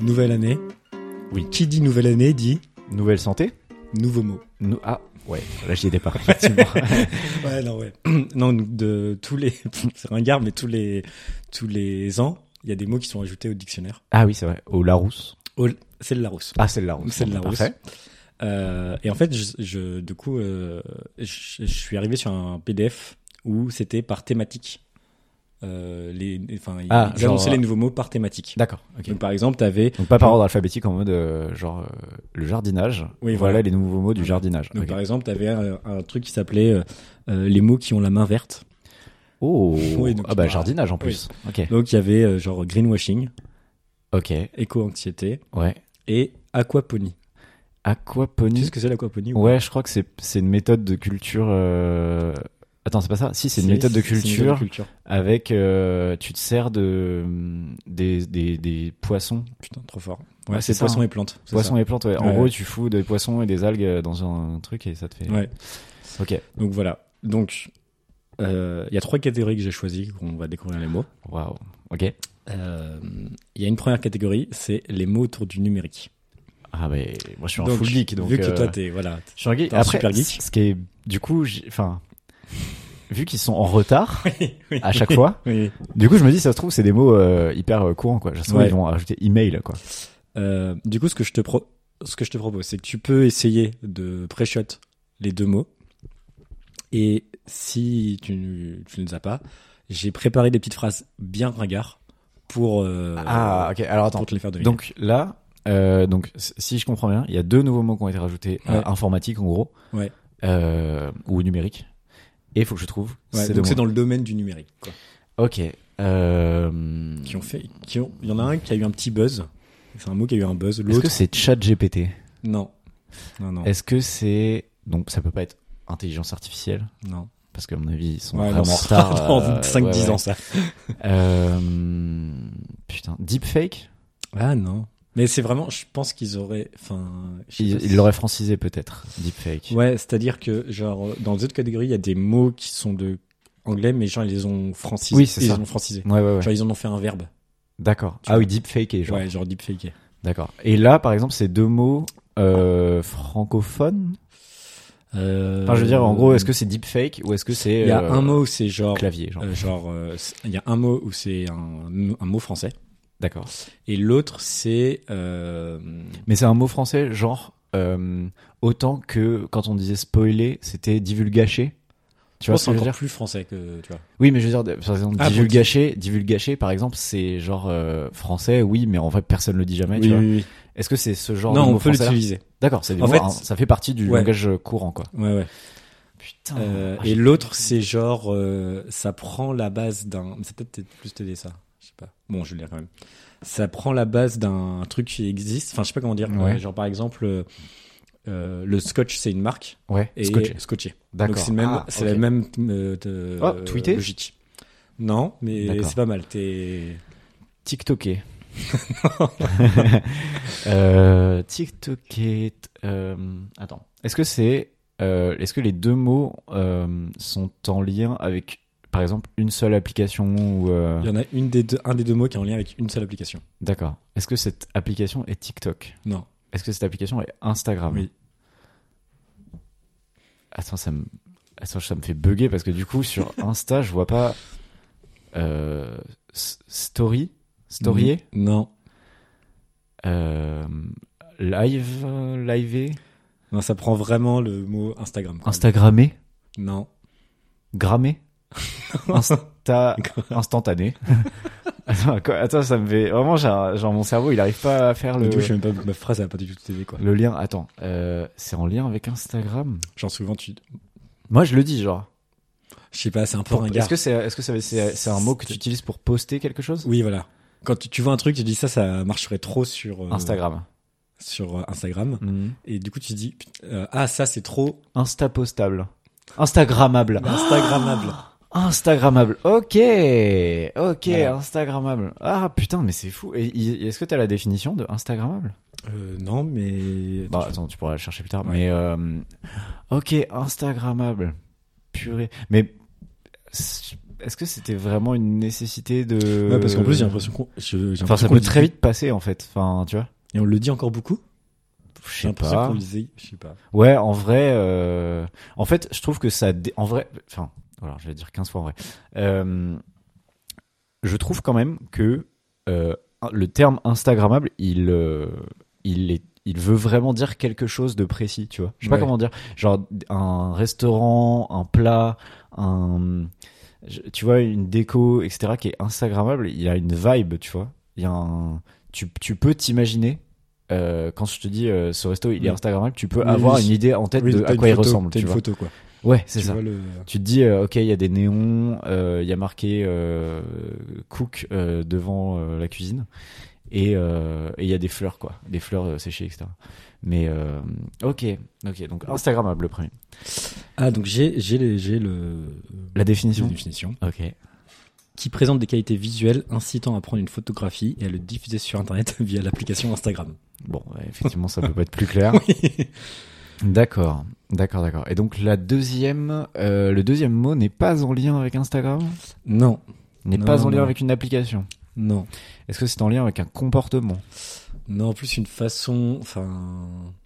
Nouvelle année. Oui. Qui dit nouvelle année dit Nouvelle santé nouveaux mots. Nous- Ah, ouais, là j'y étais pas, effectivement. Ouais, non, ouais. non, de tous les, c'est ringard, mais tous les, tous les ans, il y a des mots qui sont ajoutés au dictionnaire. ah oui, c'est vrai, au Larousse. Au- C'est le Larousse. Ah, c'est le Larousse. C'est le Larousse. Parfait. Euh, et en fait, je, je- du coup, euh, je, je suis arrivé sur un PDF où c'était par thématique. Euh, les, enfin, ils, Ah, ils genre- annonçaient les nouveaux mots par thématique. D'accord, ok. Donc, par exemple, t'avais, Donc pas par ordre alphabétique en mode euh, genre euh, le jardinage. Oui, voilà. voilà. les nouveaux mots du jardinage. donc, Ok. par exemple, t'avais un, un truc qui s'appelait euh, euh, les mots qui ont la main verte. Oh, Oui, donc, ah bah bah, jardinage en plus. Ok. Donc, il y avait euh, genre greenwashing, Ok. éco-anxiété Ouais. et aquaponie. Tu Aquaponie. sais ce que c'est l'aquaponie ou Ouais, je crois que c'est c'est une méthode de culture. euh, Attends, c'est pas ça Si, c'est une méthode de c'est une méthode de culture avec euh, tu te sers de hum, des des, des poissons, Putain, trop fort. Ouais, Ouais, c'est c'est ça, poisson hein. et plantes. c'est poissons ça. et plantes. Ouais. En Ouais. gros, tu fous des poissons et des algues euh, dans un truc et ça te fait. Ouais. Ok. Donc voilà. Donc euh, il y a trois catégories que j'ai choisies, qu'on va découvrir les mots. Waouh. Ok. Euh, Il y a une première catégorie, c'est les mots autour du numérique. Ah mais moi je suis un Donc, full geek donc. vu que euh, toi t'es voilà, Je suis un geek. T'es un Après, super geek. c- ce qui est, du coup, j'ai- enfin, vu qu'ils sont en retard oui. à chaque fois, Oui. du coup, je me dis, ça se trouve, c'est des mots euh, hyper euh, courants, quoi. Je trouve Ouais. ils vont ajouter email, quoi. Euh, du coup, ce que je te pro- ce que je te propose, c'est que tu peux essayer de pré-shot les deux mots. Et si tu, tu ne les as pas, j'ai préparé des petites phrases bien ringards pour, euh, ah, ok. Alors attends. pour te les faire deviner. Donc là, euh, donc s- si je comprends bien, il y a deux nouveaux mots qui ont été rajoutés à Ouais. informatique, en gros, Ouais. euh, ou numérique. Et il faut que je trouve. Ouais, ces deux donc c'est mots. dans le domaine du numérique. Quoi. Ok. Euh... Qui ont fait, qui ont, il y en a un qui a eu un petit buzz. C'est un mot qui a eu un buzz. Est-ce que L'autre, c'est chat GPT non, non, non, Est-ce que c'est donc ça peut pas être intelligence artificielle non. parce qu'à mon avis ils sont Ouais, vraiment non, en ce sera retard. dans euh, 5-10 ouais, ouais. ans ça. Euh, putain, deepfake Ah non. Mais c'est vraiment, je pense qu'ils auraient, enfin, je sais pas Il si- il l'aurait francisé peut-être, deepfake. Ouais, c'est-à-dire que genre dans les autres catégories, il y a des mots qui sont de anglais, mais genre ils les ont francisés. Oui, c'est ils ça. les ont francisés. ouais, ouais. ouais. Genre ils en ont fait un verbe. D'accord. Tu Ah vois. oui, deepfake et genre. Ouais, genre deepfake. D'accord. Et là, par exemple, ces deux mots euh, francophones. Euh, Enfin, je veux dire, en gros, est-ce que c'est deepfake ou est-ce que c'est il y a euh, un mot où c'est genre, clavier, genre. euh, genre, euh, c'est- il y a un mot où c'est un, un mot français D'accord. et l'autre c'est euh, Mais c'est un mot français, genre euh, autant que quand on disait spoiler, c'était divulgaché. Tu je vois pense ce que je veux oh, encore dire plus français que tu vois. Oui, mais je veux dire, de- par exemple, Ah, pour divulgaché, divulgaché, par exemple, c'est genre euh, français, oui, mais en vrai, personne le dit jamais. tu vois. oui, oui. Est-ce que c'est ce genre de Non, mot on peut français-là l'utiliser. D'accord, c'est des En mots, fait, hein, ça fait partie du ouais. langage courant, quoi. Ouais, ouais. Putain. Ah, Euh, et l'autre, c'est genre, euh, ça prend la base d'un. C'est peut-être plus t'aider ça. Je sais pas. Bon, je l'ai quand même. Ça prend la base d'un truc qui existe. Enfin, je sais pas comment dire. Ouais. Euh, genre, par exemple, euh, euh, le scotch, c'est une marque. ouais, Et scotché. Scotché. D'accord. Donc, c'est le même- Ah, c'est ok. la même euh, de- Oh, tweeter logique. Non, mais D'accord. c'est pas mal. T'es. TikToké. euh, TikToké. t- euh, attends. Est-ce que c'est. euh, Est-ce que les deux mots euh, sont en lien avec, par exemple, une seule application ou. euh, Il y en a une des deux, un des deux mots qui est en lien avec une seule application. D'accord. Est-ce que cette application est TikTok Non. Est-ce que cette application est Instagram Oui. Attends, ça me. Attends, ça me fait bugger parce que du coup, sur Insta, je vois pas. euh, s- story Storyer Non. Euh, live, euh, live, Non, ça prend vraiment le mot Instagram. quoi. Instagrammé, Non. grammé, Insta, instantané. attends, quoi, attends, ça me fait vraiment, j'ai un- genre mon cerveau, il arrive pas à faire le, Du coup, je sais même pas, ma phrase, elle va pas du tout t'aider, quoi. le lien. Attends, euh, c'est en lien avec Instagram. Genre, souvent, tu. Moi, je le dis genre. Je sais pas, c'est un peu Pour- ringard. Est-ce que c'est, est-ce que ça- c'est, c'est un mot que tu utilises pour poster quelque chose Oui, voilà. Quand tu, tu vois un truc, tu dis ça, ça marcherait trop sur euh, Instagram. Sur euh, Instagram. Mhm. Et du coup, tu dis put- euh, ah ça c'est trop Insta postable, Instagrammable. Instagrammable. Instagrammable. Ok, ok, Voilà. Instagrammable. Ah putain, mais c'est fou. Et, et- est-ce que t'as la définition de Instagrammable Euh, non, mais Bah attends, tu pourras la chercher plus tard. Ouais. Mais euh, ok, Instagrammable. Purée. Mais c'est- Est-ce que c'était vraiment une nécessité de. Ouais, parce qu'en plus, j'ai l'impression qu'on. je- j'ai euh, Enfin, l'impression ça qu'on peut le très dit- vite passer en fait. Enfin, tu vois. Et on le dit encore beaucoup Je J'ai sais l'impression pas. qu'on le disait. Je sais pas. Ouais, en vrai, euh, en fait, je trouve que ça, dé- en vrai, enfin, voilà, je vais dire 15 fois en vrai. Euh, je trouve quand même que euh, le terme Instagrammable, il, euh, il est, il veut vraiment dire quelque chose de précis, tu vois. Je sais pas Ouais. comment dire, genre un restaurant, un plat, un, je- tu vois, une déco, etc. qui est Instagrammable, il y a une vibe, tu vois. Il y a un, tu, tu peux t'imaginer. euh, quand je te dis euh, ce resto il Oui. est Instagrammable, tu peux Oui, avoir oui. une idée en tête Oui, de t'as à une quoi il photo, ressemble, T'as tu une vois. photo, quoi. Ouais, c'est Tu ça. vois le- Tu te dis, euh, ok, il y a des néons, euh, il y a marqué euh, cook euh, devant euh, la cuisine, et euh, et il y a des fleurs, quoi, des fleurs euh, séchées, etc. Mais euh, ok, ok, donc Instagrammable le premier. Ah, donc j'ai j'ai les- j'ai le. La définition. la définition. Ok. Qui présente des qualités visuelles incitant à prendre une photographie et à le diffuser sur Internet via l'application Instagram. Bon, ouais, effectivement, ça peut pas être plus clair. D'accord, d'accord, d'accord. Et donc la deuxième, euh, le deuxième mot n'est pas en lien avec Instagram, Non, n'est Non, pas en non, lien non. avec une application. non. Est-ce que c'est en lien avec un comportement Non, en plus, une façon. Enfin.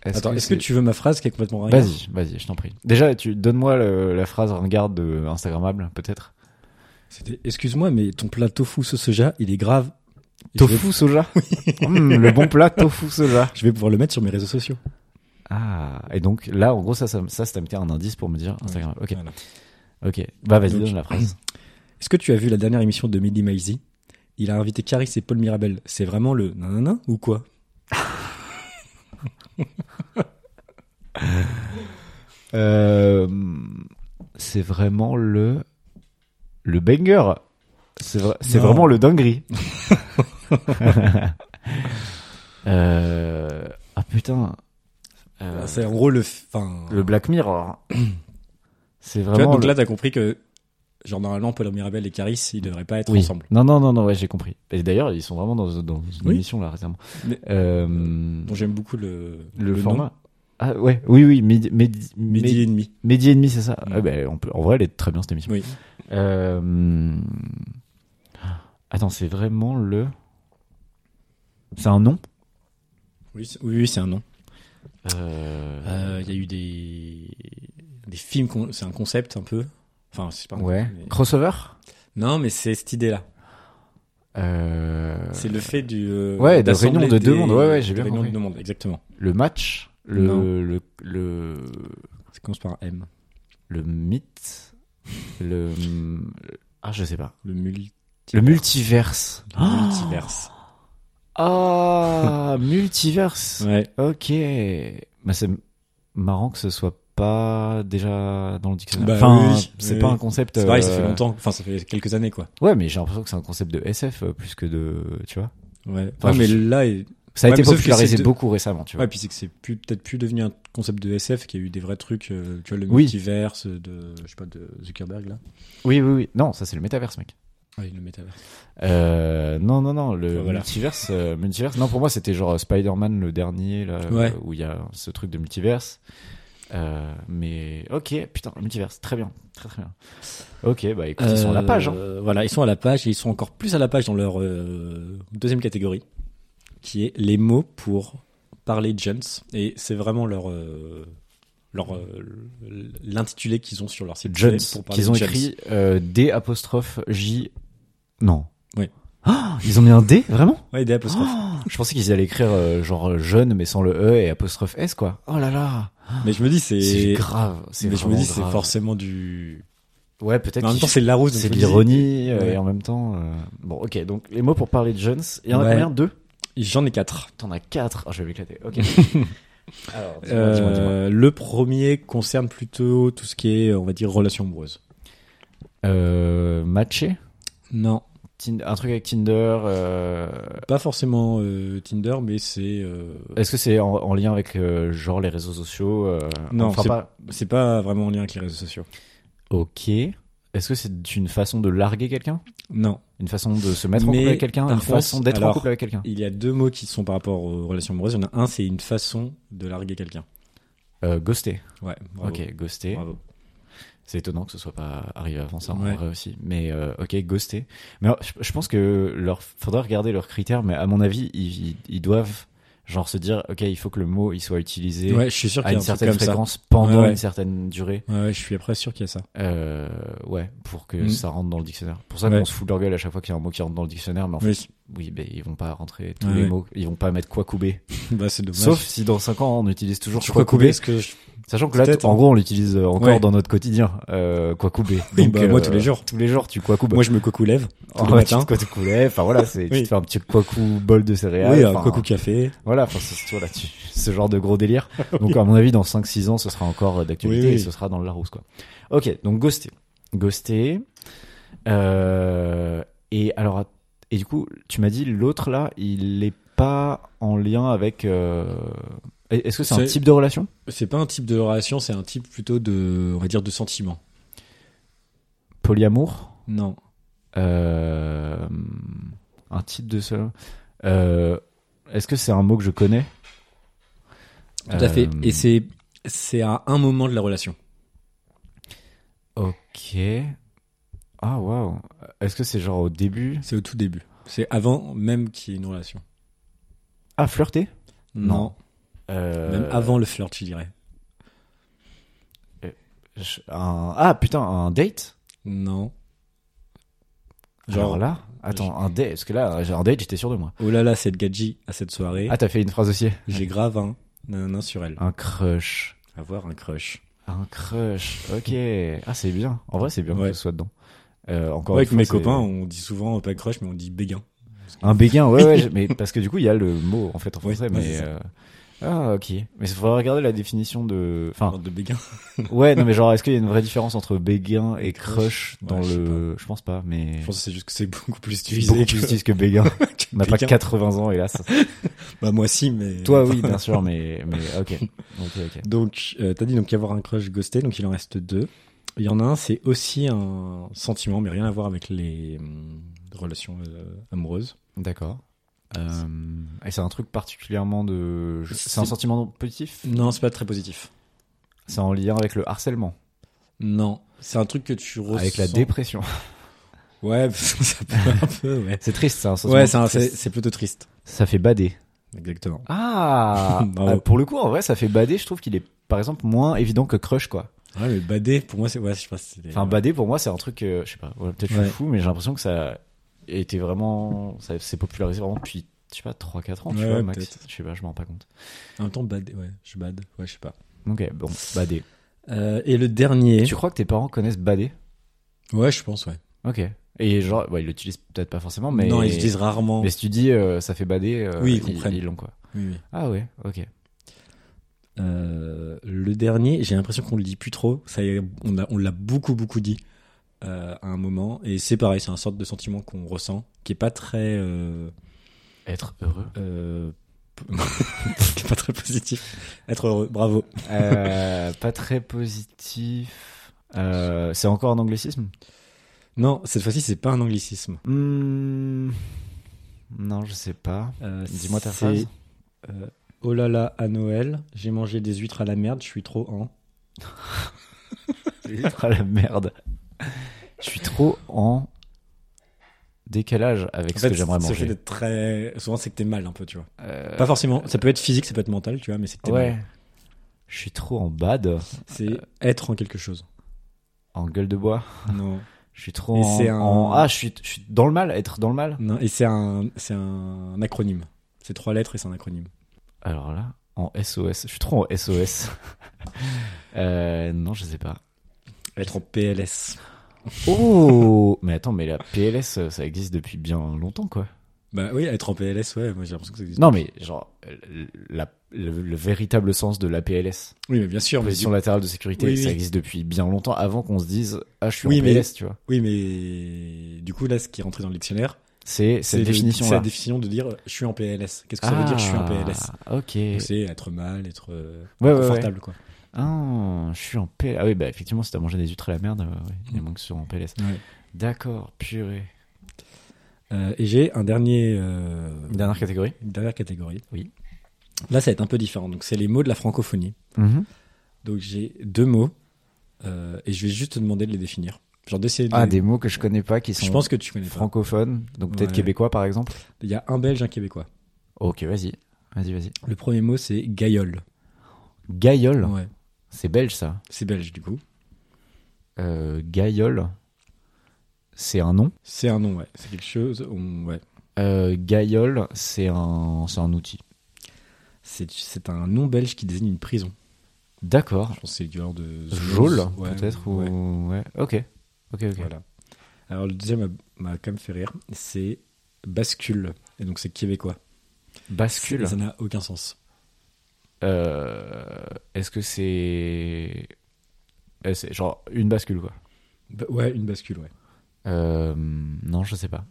Est-ce Attends, que est-ce que c'est- tu veux ma phrase qui est complètement ringarde Vas-y, vas-y, je t'en prie. Déjà, tu donne-moi le- la phrase ringarde de Instagrammable, peut-être. C'était Excuse-moi, mais ton plat tofu sauce soja, il est grave. Et Je vais, Tofu soja. Mmh, le bon plat tofu soja. je vais pouvoir le mettre sur mes réseaux sociaux. Ah, et donc là, en gros, ça, ça, ça c'était un indice pour me dire Instagrammable. Ok, Voilà. ok. Bah vas-y, Donc- donne la phrase. Est-ce que tu as vu la dernière émission de Mehdi Maizi Il a invité Caris et Paul Mirabel. C'est vraiment le nanana ou quoi Euh, c'est vraiment le le banger. C'est vrai- c'est Non. vraiment le dinguerie. Euh, ah putain. Euh, C'est en gros le. Enfin. le Black Mirror. C'est Tu vois, vraiment donc le- là, t'as compris que, genre, normalement, Paul Mirabel et Caris, ils devraient pas être Oui. ensemble. Non, non, non, non, ouais, j'ai compris. Et d'ailleurs, ils sont vraiment dans, dans une Oui. émission là récemment. Mais- Euh, Donc, j'aime beaucoup le, le, nom. format. Ah ouais, oui, oui, Midi, Midi, Mehdi Midi, et demi. Midi et demi, c'est ça. Mm. Ah, ben, on peut, en vrai, elle est très bien cette émission. Oui. Euh, Attends, c'est vraiment le. C'est un nom. Oui, c'est- oui, oui, c'est un nom. Euh, Euh, Il y a eu des, des films, con- c'est un concept un peu. Enfin, c'est pas un Ouais. concept, mais- Crossover. Non, mais c'est cette idée-là. Euh, C'est le fait du. euh, Ouais, de d'assembler réunion de des- deux mondes. Ouais, ouais, j'ai de bien réunion de compris. deux mondes, exactement. le match. Le, Non. le, le, Ça commence par un M. le mythe. Le. Ah, je sais pas. Le multi. Le multiverse. le multiverse. Ah, multiverse. Ouais. Ok. Bah, c'est marrant que ce soit pas déjà dans le dictionnaire. Bah enfin, oui, c'est oui, pas oui. un concept. C'est pareil, ça euh, fait longtemps. Enfin, ça fait quelques années, quoi. Ouais, mais j'ai l'impression que c'est un concept de SF euh, plus que de, tu vois. Ouais. Enfin, Ouais, mais Ah, je- là, et- Ça a Ouais, été mais sauf que popularisé c'est de- beaucoup récemment, tu vois. Ouais, puis c'est que c'est plus- peut-être plus devenu un concept de SF qui a eu des vrais trucs, euh, tu vois, le Oui. multiverse de, je sais pas, de Zuckerberg, là. Oui, oui, oui. Non, ça c'est le métaverse, mec. Ah, il le métaverse. Euh, non, non, non. Le Voilà. multiverse, euh, multiverse. Non, pour moi c'était genre euh, Spider-Man le dernier là, Ouais. euh, où il y a ce truc de multiverse. Euh, mais ok, putain, multiverse, très bien, très très bien. Ok, bah écoute, ils sont à la page. Hein. Euh, Voilà, ils sont à la page et ils sont encore plus à la page dans leur euh, deuxième catégorie, qui est les mots pour parler de jeunes. Et c'est vraiment leur, euh, leur, euh, l'intitulé qu'ils ont sur leur site. Jones, pour parler qu'ils ont de jeunes. écrit euh, D apostrophe J. Non. Oui. Ah, ils ont mis un D vraiment Ouais, des apostrophes. Je pensais qu'ils allaient écrire euh, genre jeune mais sans le E et apostrophe S quoi. Oh là là. Mais je me dis, C'est c'est. grave. C'est Mais je me vraiment dis, c'est grave. forcément du. Ouais, peut-être. Mais en même qu'ils- temps, c'est de la rose. c'est de l'ironie euh, Ouais. et en même temps. euh, Bon, ok. Donc les mots pour parler de jeunes. Il y en a Ouais. combien Deux. J'en ai quatre. T'en as quatre. Oh, je vais m'éclater. Ok. Alors, dis-moi, Euh, dis-moi, dis-moi. le premier concerne plutôt tout ce qui est, on va dire, relation amoureuse. Euh, matché. Non. Tin- Un truc avec Tinder. euh, Pas forcément euh, Tinder, mais c'est. euh, Est-ce que c'est en, en lien avec euh, genre les réseaux sociaux euh, Non, enfin, c'est- pas. c'est pas vraiment en lien avec les réseaux sociaux. Ok. Est-ce que c'est une façon de larguer quelqu'un Non. Une façon de se mettre en Mais, couple avec quelqu'un Une par façon contre, d'être en alors- couple avec quelqu'un Il y a deux mots qui sont par rapport aux relations amoureuses. Il y en a un, c'est une façon de larguer quelqu'un. euh, Ghoster. Ouais. Bravo. Ok, ghoster. Bravo. C'est étonnant que ce soit pas arrivé avant ça, Ouais. en vrai aussi. Mais euh, ok, ghosté. Mais alors, je, je pense que leur faudra regarder leurs critères, mais à mon avis, ils, ils- ils doivent genre se dire, ok, il faut que le mot il soit utilisé Ouais, je suis sûr à qu'il y a une un truc certaine comme ça. fréquence pendant Ouais, ouais. une certaine durée. Ouais, ouais, je suis après sûr qu'il y a ça. Euh, ouais, pour que Mm. ça rentre dans le dictionnaire. Pour ça Ouais. qu'on se fout de leur gueule à chaque fois qu'il y a un mot qui rentre dans le dictionnaire, mais en Oui, fait, oui, ben, ils vont pas rentrer tous Ouais, les ouais. mots, ils vont pas mettre quoi couper. bah c'est dommage. Sauf si dans 5 ans on utilise toujours je quoi crois couper couper. ce que je... Sachant que là, Peut-être, en hein. gros, on l'utilise euh, encore Ouais. dans notre quotidien, euh, quoi couper. Oui, Donc, bah, moi euh, tous les jours. Tous les jours, tu quoi coupes. Moi je me coucou lève tous en les matins. quoi tu te coulais, enfin voilà, c'est, tu Oui. te fais un petit quoi cou bol de céréales. Oui, un ah, enfin, coucou café. Voilà, enfin, c'est, tu vois, là, tu- ce genre de gros délire. Donc, à mon avis, dans 5-6 ans, ce sera encore euh, d'actualité Oui, oui. et ce sera dans le Larousse, quoi. Ok, donc ghosté. Ghosté. Euh, et alors, att- et du coup, tu m'as dit, l'autre là, il est pas en lien avec. euh, Est-ce que c'est, un C'est- type de relation C'est pas un type de relation, c'est un type plutôt de, on va dire, de sentiment. Polyamour Non. Euh, Un type de ça Euh, Est-ce que c'est un mot que je connais Tout à fait. Euh, Et c'est, c'est à un moment de la relation. Ok. Ah, waouh. Est-ce que c'est genre au début C'est au tout début. C'est avant même qu'il y ait une relation. Ah, flirter Non. Euh, Même avant le flirt, je dirais. je- un- Ah, putain, un date Non. Genre Genre, là Attends, un date. Parce que là, j'ai un date, j'étais sûr de moi. oh là là, cette gadji à cette soirée, Ah, t'as fait une phrase aussi j'ai grave un nanana sur elle. Un crush. Avoir un crush. Un crush. Ok. Ah, c'est bien. En vrai, c'est bien Ouais. que ce soit dedans. Euh, encore Ouais, avec une fois, mes c'est- copains, on dit souvent euh, pas crush, mais on dit béguin. Un béguin, ouais, ouais, je- mais parce que du coup, il y a le mot en fait en Oui, français, ouais, mais. c'est ça. euh, Ah, ok. Mais il faudrait regarder la définition de. On Enfin, parle de béguin. ouais, non, mais genre, est-ce qu'il y a une vraie différence entre béguin et Et crush crush dans Ouais, je sais le. Je pense pas, mais. Je pense que c'est juste que c'est beaucoup plus Bah, C'est utilisé beaucoup que- plus utile que béguin. que On n'a pas béguin. 80 ans, hélas. Bah, moi, si, mais. Toi, oui, bien sûr, mais. mais ok. Ok, ok. Donc, euh, t'as dit donc y avoir un crush ghosté, donc il en reste deux. Il y en a un, c'est aussi un sentiment, mais rien à voir avec les hum, relations euh, amoureuses. D'accord. Euh, et c'est un truc particulièrement de. je- C'est un C'est- sentiment positif Non, c'est pas très positif. C'est en lien avec le harcèlement, Non, c'est un truc que tu ressens. avec la dépression. Ouais, ça peut un peu, ouais. C'est triste, c'est un sentiment. Ouais, c'est un- c'est triste. c'est plutôt triste. Ça fait bader. Exactement. Ah, Bravo. Ah, Pour le coup, en vrai, ça fait bader. Je trouve qu'il est, par exemple, moins évident que crush, quoi. Ouais, mais bader, pour moi, c'est. Ouais, je sais pas si c'est. Enfin, bader, pour moi, c'est un truc, euh, je sais pas, ouais, peut-être je Ouais. suis fou, mais j'ai l'impression que ça a été vraiment, ça s'est popularisé vraiment depuis, je sais pas, 3-4 ans, tu Ouais, vois, ouais, max. peut-être. Je sais pas, je m'en rends pas compte. En même temps, bader, ouais, je bade, ouais, je sais pas. Ok, bon, bader. Euh, et le dernier. Tu crois que tes parents connaissent bader Ouais, je pense, ouais. Ok. Et genre, ouais, ils l'utilisent peut-être pas forcément, mais. Non, ils utilisent rarement. Mais si tu dis, euh, ça fait bader, euh, Oui, ils ils comprennent. ils l'ont, quoi. Oui, oui. Ah ouais, ok. Euh, le dernier, j'ai l'impression qu'on le dit plus trop. Ça, y est, on l'a- on l'a beaucoup beaucoup dit euh, à un moment, et c'est pareil, c'est un sorte de sentiment qu'on ressent, qui est pas très, euh, Être heureux. euh, qui est pas très positif. Être heureux, bravo. Euh, pas très positif. Euh, c'est encore un anglicisme Non, cette fois-ci, c'est pas un anglicisme. Hmm. Non, je sais pas. Euh, Dis-moi ta c'est, phrase. euh, oh là là, à Noël, j'ai mangé des huîtres à la merde, je suis trop en. Ah la merde. Je suis trop en décalage avec En ce fait, que j'aimerais ce fait manger. d'être très, souvent, c'est que t'es mal un peu, tu vois. Euh, Pas forcément. Ça peut être physique, ça peut être mental, tu vois, mais c'est que t'es ouais. mal. Je suis trop en bad, C'est être en quelque chose. en gueule de bois. Non. Je suis trop Et en, c'est un- en- Ah, je suis, je suis dans le mal, être dans le mal. Non, et c'est un, c'est un acronyme. C'est trois lettres et c'est un acronyme. Alors là, en SOS. Je suis trop en SOS. Euh, non, je sais pas. Être en PLS. Oh Mais attends, mais la PLS, ça existe depuis bien longtemps, quoi. Bah oui, être en PLS, ouais, moi j'ai l'impression que ça existe. Non, mais genre, euh, la- le, le véritable sens de la PLS, Oui, mais bien sûr. Ah, Mais du- position latérale de sécurité, Oui, ça oui. existe depuis bien longtemps avant qu'on se dise Ah, je suis Oui, en mais- PLS, tu vois. Oui, mais du coup, là, ce qui est rentré dans le dictionnaire, C'est le- cette c'est la définition-là. définition de dire euh, je suis en PLS. Qu'est-ce que ça veut dire je suis en PLS Ah, Ok. Donc, C'est être mal, être euh, Ouais, ouais, confortable, quoi. Ah, je suis en PLS. Ah, oui, bah effectivement, si t'as mangé des huîtres à la merde, euh, ouais, il y a moins que ce soit en PLS. Ouais. D'accord, purée. Euh, et j'ai un dernier. euh, Une dernière catégorie une dernière catégorie. Oui. Mhm. Là, ça va être un peu différent. Donc, c'est les mots de la francophonie. Donc, j'ai deux mots. euh, et je vais juste te demander de les définir. Genre d'essayer de Ah, les- des mots que je connais pas qui sont Je pense que tu connais pas. francophones, donc peut-être Ouais. québécois par exemple. Il y a un belge, un québécois. Ok, vas-y. Vas-y, vas-y. Le premier mot, c'est gaïole. Gaïole, Ouais. c'est belge ça. C'est belge, du coup. Euh, Gaïole, c'est un nom. C'est un nom, ouais. C'est quelque chose. on- Ouais. Euh, Gaïole, c'est un, c'est un outil. C'est- C'est un nom belge qui désigne une prison. D'accord. Je pense que c'est du genre de. Jaule, Ouais, peut-être ouais. ou ouais. Ok. Ok, ok. Voilà. Alors le deuxième m'a- m'a quand même fait rire, c'est bascule. Et donc c'est québécois. Bascule. Et Ça n'a aucun sens. Euh, Est-ce que c'est Euh, c'est genre une bascule quoi Ba- ouais, une bascule, ouais. Euh, Non, je sais pas.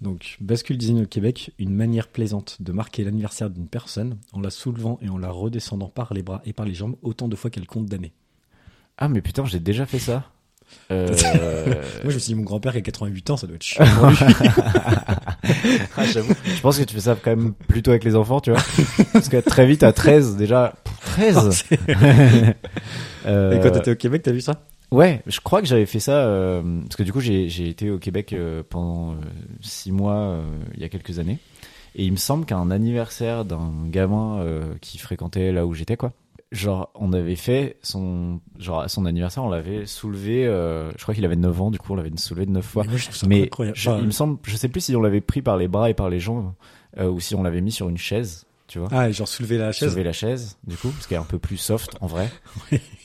Donc bascule désigne au Québec une manière plaisante de marquer l'anniversaire d'une personne en la soulevant et en la redescendant par les bras et par les jambes autant de fois qu'elle compte d'années. Ah mais putain, j'ai déjà fait ça. Euh, Moi je me suis dit mon grand-père qui a 88 ans, ça doit être chiant. pour lui. ah, j'avoue. Je pense que tu fais ça quand même plutôt avec les enfants, tu vois. Parce que très vite à 13 déjà. Pff, 13. Euh, Et quand t'étais au Québec, t'as vu ça Ouais, je crois que j'avais fait ça euh, parce que du coup j'ai j'ai été au Québec euh, pendant euh, six mois euh, il y a quelques années et il me semble qu'un anniversaire d'un gamin euh, qui fréquentait là où j'étais quoi. Genre on avait fait son genre à son anniversaire on l'avait soulevé euh, je crois qu'il avait 9 ans du coup on l'avait soulevé de 9 fois. Mais moi je trouve ça Mais incroyable. je- il me semble je sais plus si on l'avait pris par les bras et par les jambes euh, ou si on l'avait mis sur une chaise, tu vois Ah, et genre soulever la chaise. soulever la chaise, du coup, parce qu'elle est un peu plus soft en vrai.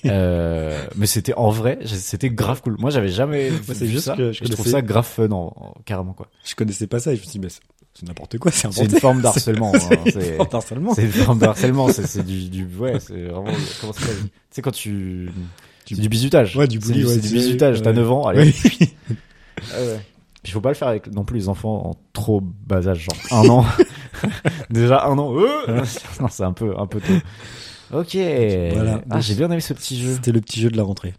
Euh, mais c'était en vrai, j- c'était grave cool. Moi, j'avais jamais c'est vu juste ça. que je je, trouve connaissais- ça grave fun, en- en- carrément quoi. Je connaissais pas ça et je me suis dit, mais c'est c'est n'importe quoi, c'est C'est inventé. une forme d'harcèlement. hein, C'est c'est- une forme d'harcèlement. C'est une forme d'harcèlement. C'est c'est du, du, ouais, c'est vraiment. Comment ça s'appelle Tu sais quand tu, Du- c'est du bizutage. Ouais, du bully, C'est- ouais, c'est du du- bizutage. T'as ouais. 9 ans, allez. Oui. Ah ouais. Puis faut pas le faire avec non plus les enfants en trop bas âge, genre un an. Déjà un an. euh, non, c'est un peu, un peu tôt. Ok. Voilà. Ah, j'ai bien aimé ce petit jeu. C'était le petit jeu de la rentrée.